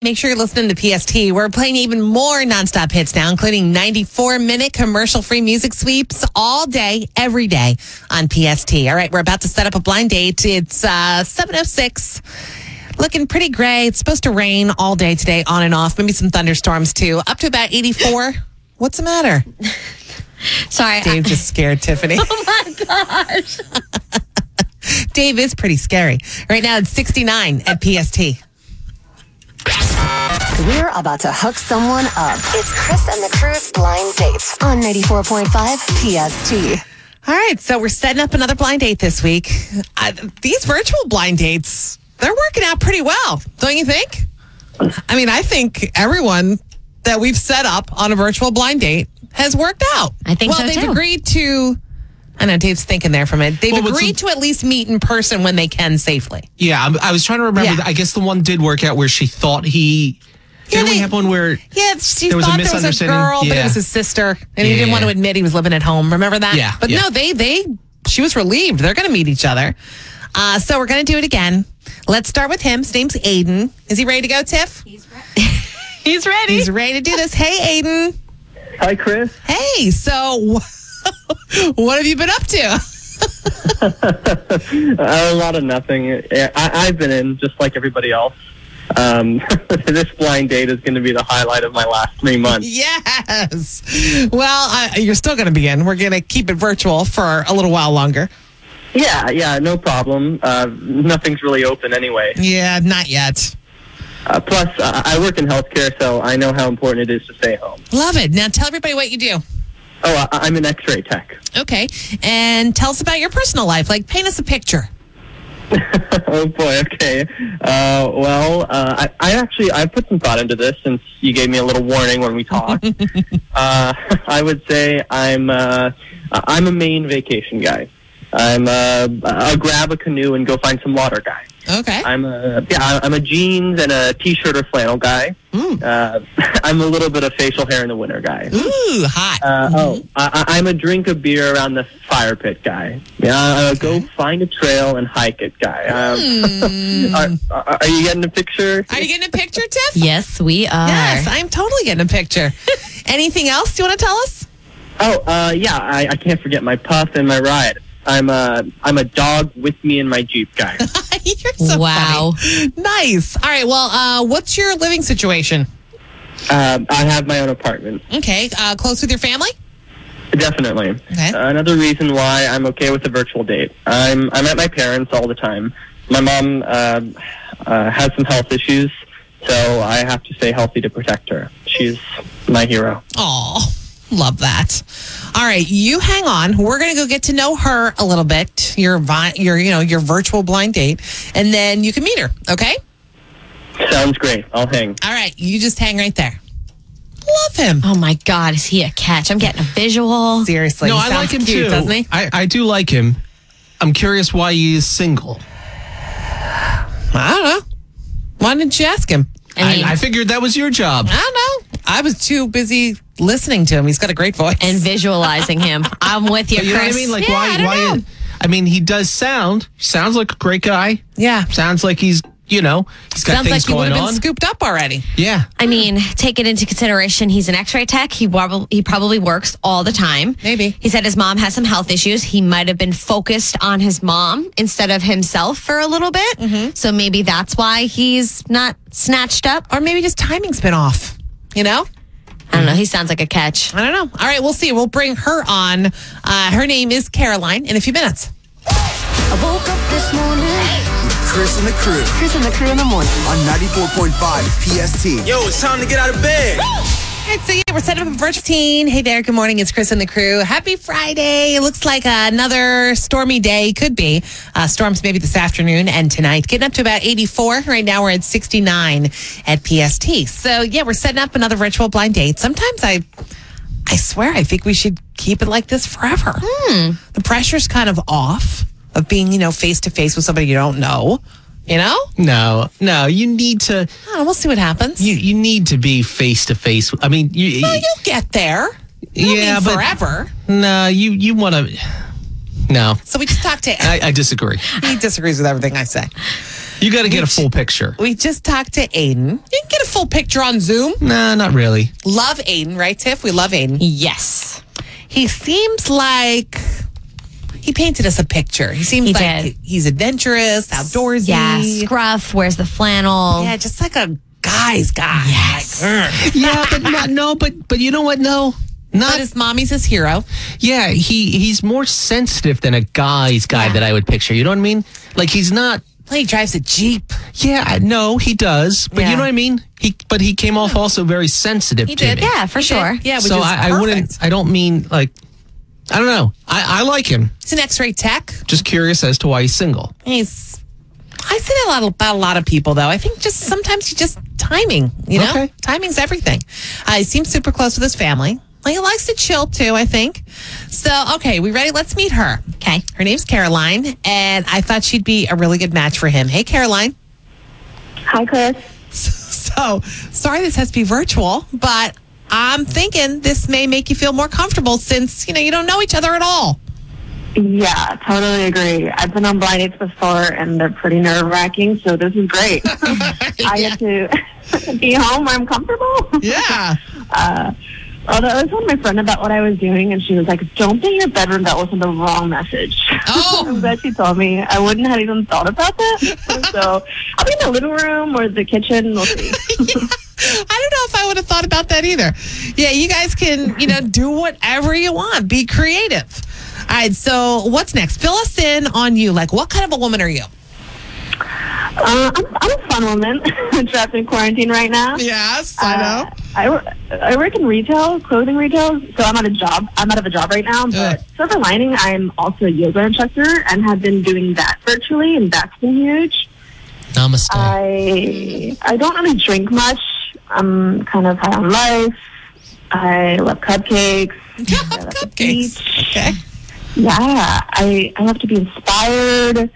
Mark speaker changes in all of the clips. Speaker 1: Make sure you're listening to PST. We're playing even more nonstop hits now, including 94 minute commercial free music sweeps all day, every day on PST. All right, we're about to set up a blind date. It's uh, 706. Looking pretty gray. It's supposed to rain all day today, on and off. Maybe some thunderstorms too. Up to about 84. What's the matter?
Speaker 2: Sorry.
Speaker 1: Dave just scared Tiffany.
Speaker 2: oh my gosh.
Speaker 1: Dave is pretty scary. Right now it's 69 at PST.
Speaker 3: We're about to hook someone up. It's Chris and the Crew's blind date on 94.5 PST.
Speaker 1: All right, so we're setting up another blind date this week. I, these virtual blind dates, they're working out pretty well, don't you think? I mean, I think everyone that we've set up on a virtual blind date has worked out.
Speaker 2: I think
Speaker 1: well,
Speaker 2: so,
Speaker 1: they've
Speaker 2: too.
Speaker 1: agreed to. I know Dave's thinking there from it. They've
Speaker 4: Well, what's
Speaker 1: agreed
Speaker 4: the-
Speaker 1: to at least meet in person when they can safely.
Speaker 4: Yeah, I'm, I was trying to remember.
Speaker 1: Yeah.
Speaker 4: I guess the one did work out where she thought he.
Speaker 1: Yeah,
Speaker 4: Didn't we
Speaker 1: they-
Speaker 4: have one where?
Speaker 1: Yeah, she
Speaker 4: There was a
Speaker 1: thought there was a
Speaker 4: misunderstanding.
Speaker 1: girl, but it
Speaker 4: Yeah.
Speaker 1: was his sister, and he
Speaker 4: Yeah,
Speaker 1: didn't
Speaker 4: yeah,
Speaker 1: want to
Speaker 4: yeah.
Speaker 1: admit he was living at home. Remember that?
Speaker 4: Yeah,
Speaker 1: But
Speaker 4: yeah.
Speaker 1: no, they they she was relieved. They're going to meet each other. Uh, so we're going to do it again. Let's start with him. His name's Aiden. Is he ready to go, Tiff?
Speaker 2: He's ready.
Speaker 1: He's ready to do this. Hey, Aiden.
Speaker 5: Hi, Chris.
Speaker 1: Hey. So, what have you been up to?
Speaker 5: Uh, a lot of nothing. I, I've been in just like everybody else. Um, this blind date is going to be the highlight of my last three months.
Speaker 1: Yes. Well, uh, you're still going to be in. We're going to keep it virtual for a little while longer.
Speaker 5: Yeah, yeah, no problem. Uh, nothing's really open anyway.
Speaker 1: Yeah, not yet.
Speaker 5: Uh, plus, uh, I work in healthcare, so I know how important it is to stay home.
Speaker 1: Love it. Now tell everybody what you do.
Speaker 5: Oh, I, I'm an X-ray tech.
Speaker 1: Okay. And tell us about your personal life. Like, paint us a picture.
Speaker 5: oh boy. Okay. Uh, well, uh, I, I actually I put some thought into this since you gave me a little warning when we talked. uh, I would say I'm uh, I'm a main vacation guy. I'm a, a grab a canoe and go find some water guy.
Speaker 1: Okay.
Speaker 5: I'm a yeah, I- I'm a jeans and a t-shirt or flannel guy. Uh, I'm a little bit of facial hair in the winter guy.
Speaker 1: Ooh, hot.
Speaker 5: Uh, oh, I, I- I'm a drink a beer around the fire pit guy. Yeah, uh, go find a trail and hike it guy. Um, are, are, are you getting a picture?
Speaker 1: Are you getting a picture, Tiff?
Speaker 2: Yes, we are.
Speaker 1: Yes, I'm totally getting a picture. Anything else you want to tell us?
Speaker 5: Oh, uh, yeah, I, I can't forget my puff and my ride. I'm a I'm a dog with me in my jeep guy.
Speaker 1: You're so
Speaker 2: Wow.
Speaker 1: funny. Nice. All right. Well, uh, what's your living situation?
Speaker 5: um, I have my own apartment,
Speaker 1: Okay. Uh, close with your family?
Speaker 5: definitely. Uh,
Speaker 1: Okay.
Speaker 5: Another reason why I'm okay with a virtual date. I'm I'm at my parents all the time. My mom uh, uh, has some health issues, so I have to stay healthy to protect her. She's my hero.
Speaker 1: Oh, love that. All right, you hang on. We're gonna go get to know her a little bit. Your vi- your you know your virtual blind date, and then you can meet her. Okay.
Speaker 5: Sounds great. I'll hang.
Speaker 1: All right, you just hang right there. Love him.
Speaker 2: Oh my God, is he a catch? I'm getting a visual.
Speaker 1: Seriously,
Speaker 4: no,
Speaker 1: he
Speaker 4: I
Speaker 1: sounds
Speaker 4: like him
Speaker 1: cute,
Speaker 4: too.
Speaker 1: Doesn't he?
Speaker 4: I, I do like him. I'm curious why he is single.
Speaker 1: I don't know. Why didn't you ask him?
Speaker 2: I mean,
Speaker 4: I, I figured that was your
Speaker 1: uh,
Speaker 4: job.
Speaker 1: I don't know. I was too busy listening to him. He's got a great voice.
Speaker 2: and visualizing him. I'm with you,
Speaker 4: You know what I
Speaker 2: Chris.
Speaker 4: mean? Like
Speaker 1: Yeah,
Speaker 4: why?
Speaker 1: I don't
Speaker 4: why?
Speaker 1: know.
Speaker 4: I mean, he does sound sounds like a great guy.
Speaker 1: yeah,
Speaker 4: Sounds like he's you know he's got
Speaker 1: sounds like
Speaker 4: things
Speaker 1: he would
Speaker 4: going
Speaker 1: have been
Speaker 4: on.
Speaker 1: scooped up already.
Speaker 4: yeah.
Speaker 2: I mean, take it into consideration. He's an X-ray tech. He probably he probably works all the time.
Speaker 1: Maybe.
Speaker 2: he said his mom has some health issues. He might have been focused on his mom instead of himself for a little bit.
Speaker 1: Mm-hmm.
Speaker 2: So maybe that's why he's not snatched up.
Speaker 1: Or maybe just timing's been off. You know?
Speaker 2: I don't know. He sounds like a catch.
Speaker 1: I don't know. All right, we'll see. We'll bring her on. Uh, her name is Caroline in a few minutes.
Speaker 3: I woke up this morning.
Speaker 6: Chris and the crew
Speaker 3: Chris and the Crew in the morning.
Speaker 6: on 94.5 PST.
Speaker 7: Yo, it's time to get out of bed.
Speaker 1: All right, so yeah, we're setting up a virtual teen. Hey there, good morning. It's Chris and the crew. Happy Friday. It looks like another stormy day could be. Uh, storms maybe this afternoon and tonight. Getting up to about 84. Right now we're at 69 at PST. So yeah, we're setting up another virtual blind date. Sometimes I, I swear I think we should keep it like this forever. The pressure's kind of off of being, you know, face to face with somebody you don't know. You know?
Speaker 4: No, no. You need to.
Speaker 1: I don't know, we'll see what happens.
Speaker 4: You you need to be face to face. I mean, you.
Speaker 1: Well, you'll get there. It'll be
Speaker 4: Yeah, but-
Speaker 1: forever.
Speaker 4: no, you you want to. No,
Speaker 1: So we just talked to
Speaker 4: I, I disagree.
Speaker 1: He disagrees with everything I say.
Speaker 4: You got to get a full picture.
Speaker 1: We just talked to Aiden. You can get a full picture on Zoom.
Speaker 4: Nah, not really.
Speaker 1: Love Aiden, right, Tiff? We love Aiden.
Speaker 2: Yes.
Speaker 1: He seems like he painted us a picture. He seems
Speaker 2: He
Speaker 1: like
Speaker 2: did.
Speaker 1: he's adventurous, outdoorsy.
Speaker 2: Yeah. Scruff wears the flannel.
Speaker 1: Yeah, just like a guy's guy.
Speaker 2: Yes.
Speaker 1: Like, "Ugh."
Speaker 4: Yeah, but not no, but but you know what? No,
Speaker 1: but
Speaker 4: not
Speaker 1: his mommy's his hero.
Speaker 4: yeah. He he's more sensitive than a guy's guy that I would picture. You know what I mean? Like he's not.
Speaker 1: Well, he drives a Jeep.
Speaker 4: Yeah, I- no, he does. But
Speaker 1: Yeah.
Speaker 4: you know what I mean? He but he came off also very sensitive to me.
Speaker 2: Yeah, for
Speaker 1: He did.
Speaker 2: sure.
Speaker 1: Yeah, which
Speaker 4: so
Speaker 1: is
Speaker 4: I, I
Speaker 1: perfect.
Speaker 4: wouldn't. I don't mean like. I don't know. I, I like him.
Speaker 1: He's an X-ray tech.
Speaker 4: Just curious as to why he's single.
Speaker 1: He's. I say that a lot about a lot of people, though. I think just sometimes you just timing, you know,
Speaker 4: Okay.
Speaker 1: timing's everything. Uh, he seems super close with his family. Like he likes to chill too. I think. So okay, we ready? Let's meet her.
Speaker 2: Okay.
Speaker 1: Her name's Caroline, and I thought she'd be a really good match for him. Hey, Caroline.
Speaker 7: Hi, Chris.
Speaker 1: So sorry this has to be virtual, but I'm thinking this may make you feel more comfortable since you know you don't know each other at all.
Speaker 7: Yeah, totally agree. I've been on blind dates before, and they're pretty nerve wracking. So this is great. I get to be home where I'm comfortable.
Speaker 1: Yeah.
Speaker 7: Although I was telling my friend about what I was doing, and she was like, "Don't be in your bedroom. That wasn't the wrong message."
Speaker 1: Oh.
Speaker 7: I'm glad she told me. I wouldn't have even thought about that. so I'll be in the living room or the kitchen. We'll see.
Speaker 1: I don't know if I would have thought about that either. Yeah, you guys can, you know, do whatever you want. Be creative. All right, so what's next? Fill us in on you. Like, what kind of a woman are you?
Speaker 7: Uh, I'm, I'm a fun woman trapped in quarantine right now.
Speaker 1: Yes, I
Speaker 7: Uh, I, wor- I work in retail, clothing retail, so I'm out of job. I'm out of a job right now. But
Speaker 1: Yeah.
Speaker 7: silver lining, I'm also a yoga instructor and have been doing that virtually, and that's been huge.
Speaker 4: Namaste.
Speaker 1: Uh,
Speaker 7: I I don't really drink much. I'm kind of high on life. I love cupcakes. I love the
Speaker 1: Cupcakes.
Speaker 7: beach.
Speaker 1: Okay.
Speaker 7: Yeah, I I love to be inspired.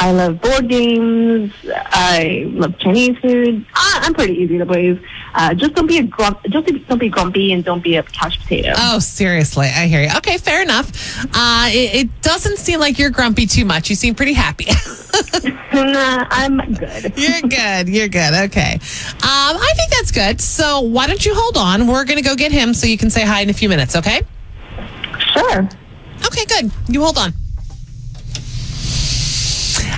Speaker 7: I love board games. I love Chinese food. I, I'm pretty easy to please. Uh, just don't be a grump. Just don't be grumpy and don't be a couch potato.
Speaker 1: Oh, seriously, I hear you. Okay, fair enough. Uh, it, it doesn't seem like you're grumpy too much. You seem pretty happy.
Speaker 7: nah, I'm good.
Speaker 1: you're good. You're good. Okay. Um, I think that's good. So why don't you hold on? We're going to go get him so you can say hi in a few minutes, okay?
Speaker 7: Sure.
Speaker 1: Okay, good. You hold on.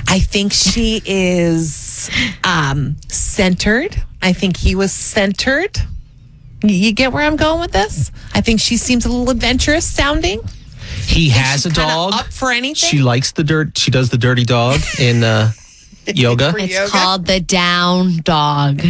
Speaker 1: I think she is um, centered. I think he was centered. Y- You get where I'm going with this? I think she seems a little adventurous sounding.
Speaker 4: he has a
Speaker 1: kinda
Speaker 4: dog.
Speaker 1: up for anything?
Speaker 4: She likes the dirt. She does the dirty dog in uh, yoga.
Speaker 2: It's called the down dog.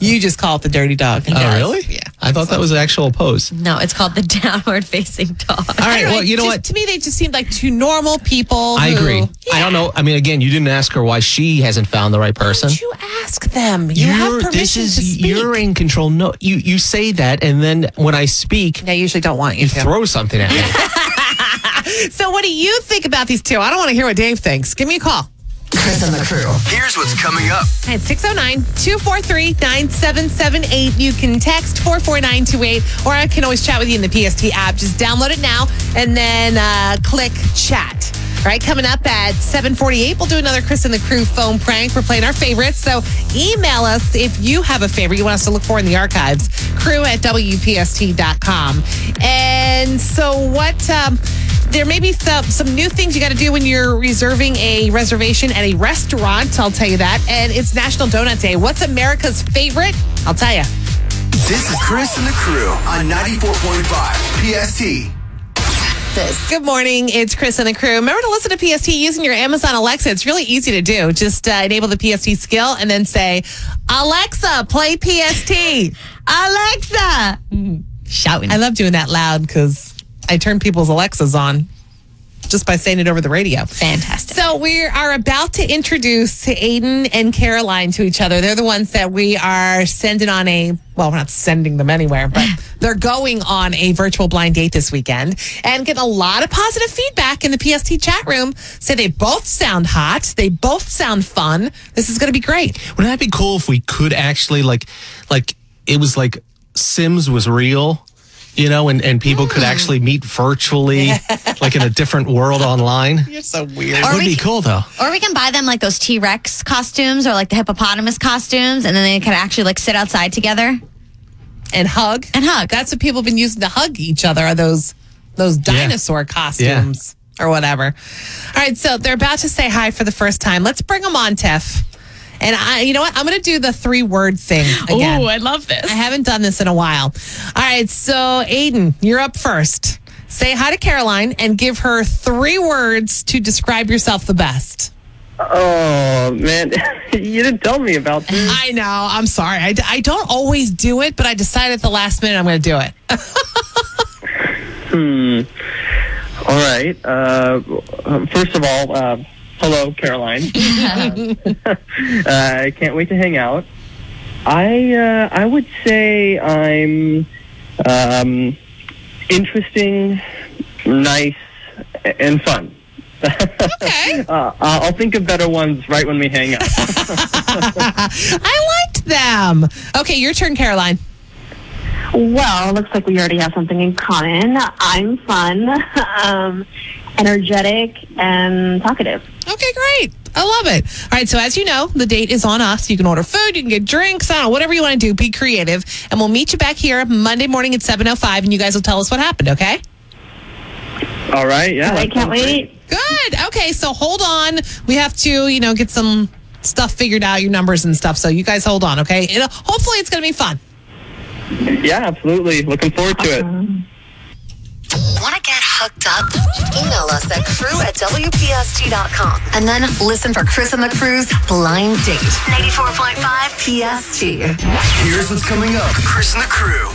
Speaker 1: You just call it the dirty dog.
Speaker 4: Oh, really?
Speaker 1: Yeah.
Speaker 4: I thought that was an actual pose.
Speaker 2: No, it's called the downward facing dog.
Speaker 4: All right.
Speaker 1: I don't
Speaker 4: Well, you know
Speaker 1: just-
Speaker 4: what?
Speaker 1: To me, they just seemed like two normal people.
Speaker 4: I
Speaker 1: who-
Speaker 4: agree. I don't know. I mean, again, you didn't ask her why she hasn't found the right person.
Speaker 1: Don't you ask them. You have permission
Speaker 4: this is
Speaker 1: to speak.
Speaker 4: you're in control. No, you you say that, and then when I speak,
Speaker 1: they usually don't want you
Speaker 4: you
Speaker 1: to.
Speaker 4: throw something at me.
Speaker 1: so, what do you think about these two? I don't want to hear what Dave thinks. Give me a call.
Speaker 6: Chris and the crew. Here's what's coming up.
Speaker 1: It's 609 243 9778. You can text 44928, or I can always chat with you in the PST app. Just download it now and then uh, click chat. All right, coming up at 748, we'll do another Chris and the Crew phone prank. We're playing our favorites. So email us if you have a favorite you want us to look for in the archives, crew at WPST.com. And so, what. Um, there may be some, some new things you got to do when you're reserving a reservation at a restaurant. I'll tell you that. And it's National Donut Day. What's America's favorite? I'll tell you.
Speaker 6: This is Chris and the crew on 94.5 PST.
Speaker 3: This
Speaker 1: Good morning. It's Chris and the crew. Remember to listen to PST using your Amazon Alexa. It's really easy to do. Just uh, enable the PST skill and then say, Alexa, play PST.
Speaker 2: Alexa! Shouting.
Speaker 1: I love doing that loud because I turn people's Alexas on just by saying it over the radio.
Speaker 2: Fantastic.
Speaker 1: So we are about to introduce Aiden and Caroline to each other. They're the ones that we are sending on a well, we're not sending them anywhere, but they're going on a virtual blind date this weekend and get a lot of positive feedback in the PST chat room. Say they both sound hot, they both sound fun. This is going to be great.
Speaker 4: Wouldn't that be cool if we could actually like, like it was like Sims was real, you know, and, and people could
Speaker 1: Hmm.
Speaker 4: actually meet virtually, like in a different world online.
Speaker 1: You're so weird.
Speaker 4: It would
Speaker 2: we
Speaker 4: be
Speaker 2: c-
Speaker 4: cool though.
Speaker 2: Or we can buy them like those T Rex costumes or like the hippopotamus costumes, and then they can actually like sit outside together.
Speaker 1: And hug.
Speaker 2: And hug.
Speaker 1: That's what people have been using to hug each other are those those dinosaur costumes or whatever. All right, so they're about to say hi for the first time. Let's bring them on, Tiff. And I, you know what? I'm going to do the three word thing again.
Speaker 8: Ooh, I love this.
Speaker 1: I haven't done this in a while. All right, so Aiden, you're up first. Say hi to Caroline and give her three words to describe yourself the best.
Speaker 5: Oh man, you didn't tell me about this.
Speaker 1: I know. I'm sorry. I, d- I don't always do it, but I decided at the last minute I'm going to do it.
Speaker 5: All right. Uh, first of all, uh, hello, Caroline. uh, I can't wait to hang out. I uh, I would say I'm um, interesting, nice, a- and fun.
Speaker 1: Okay.
Speaker 5: Uh, I'll think of better ones right when we hang out.
Speaker 1: I liked them. Okay, your turn, Caroline.
Speaker 7: Well, looks like we already have something in common. I'm fun, um, energetic, and talkative.
Speaker 1: Okay, great. I love it. All right, so as you know, the date is on us. You can order food, you can get drinks, I don't know, whatever you want to do. Be creative. And we'll meet you back here Monday morning at 7.05, and you guys will tell us what happened, okay?
Speaker 5: All right. Yeah.
Speaker 7: I
Speaker 5: that
Speaker 7: can't
Speaker 5: sounds great.
Speaker 7: wait.
Speaker 1: Good. Okay, so hold on. We have to, you know, get some stuff figured out, your numbers and stuff. So you guys hold on, okay? It'll, hopefully it's going to be fun.
Speaker 5: Yeah, absolutely. Looking forward to it.
Speaker 3: Want to get hooked up? Email us at crew at WPST.com and then listen for Chris and the Crew's blind date. 94.5 PST.
Speaker 6: Here's what's coming up. Chris and the crew.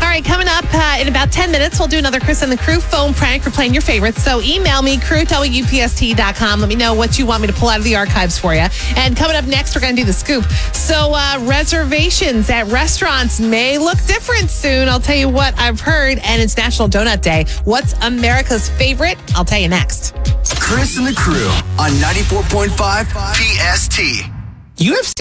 Speaker 1: All right, coming up uh, in about 10 minutes, we'll do another Chris and the Crew phone prank. We're playing your favorites. So email me, crewtellupst.com. Let me know what you want me to pull out of the archives for you. And coming up next, we're going to do the scoop. So uh, reservations at restaurants may look different soon. I'll tell you what I've heard. And it's National Donut Day. What's America's favorite? I'll tell you next.
Speaker 6: Chris and the crew on 94.5 PST.
Speaker 4: You have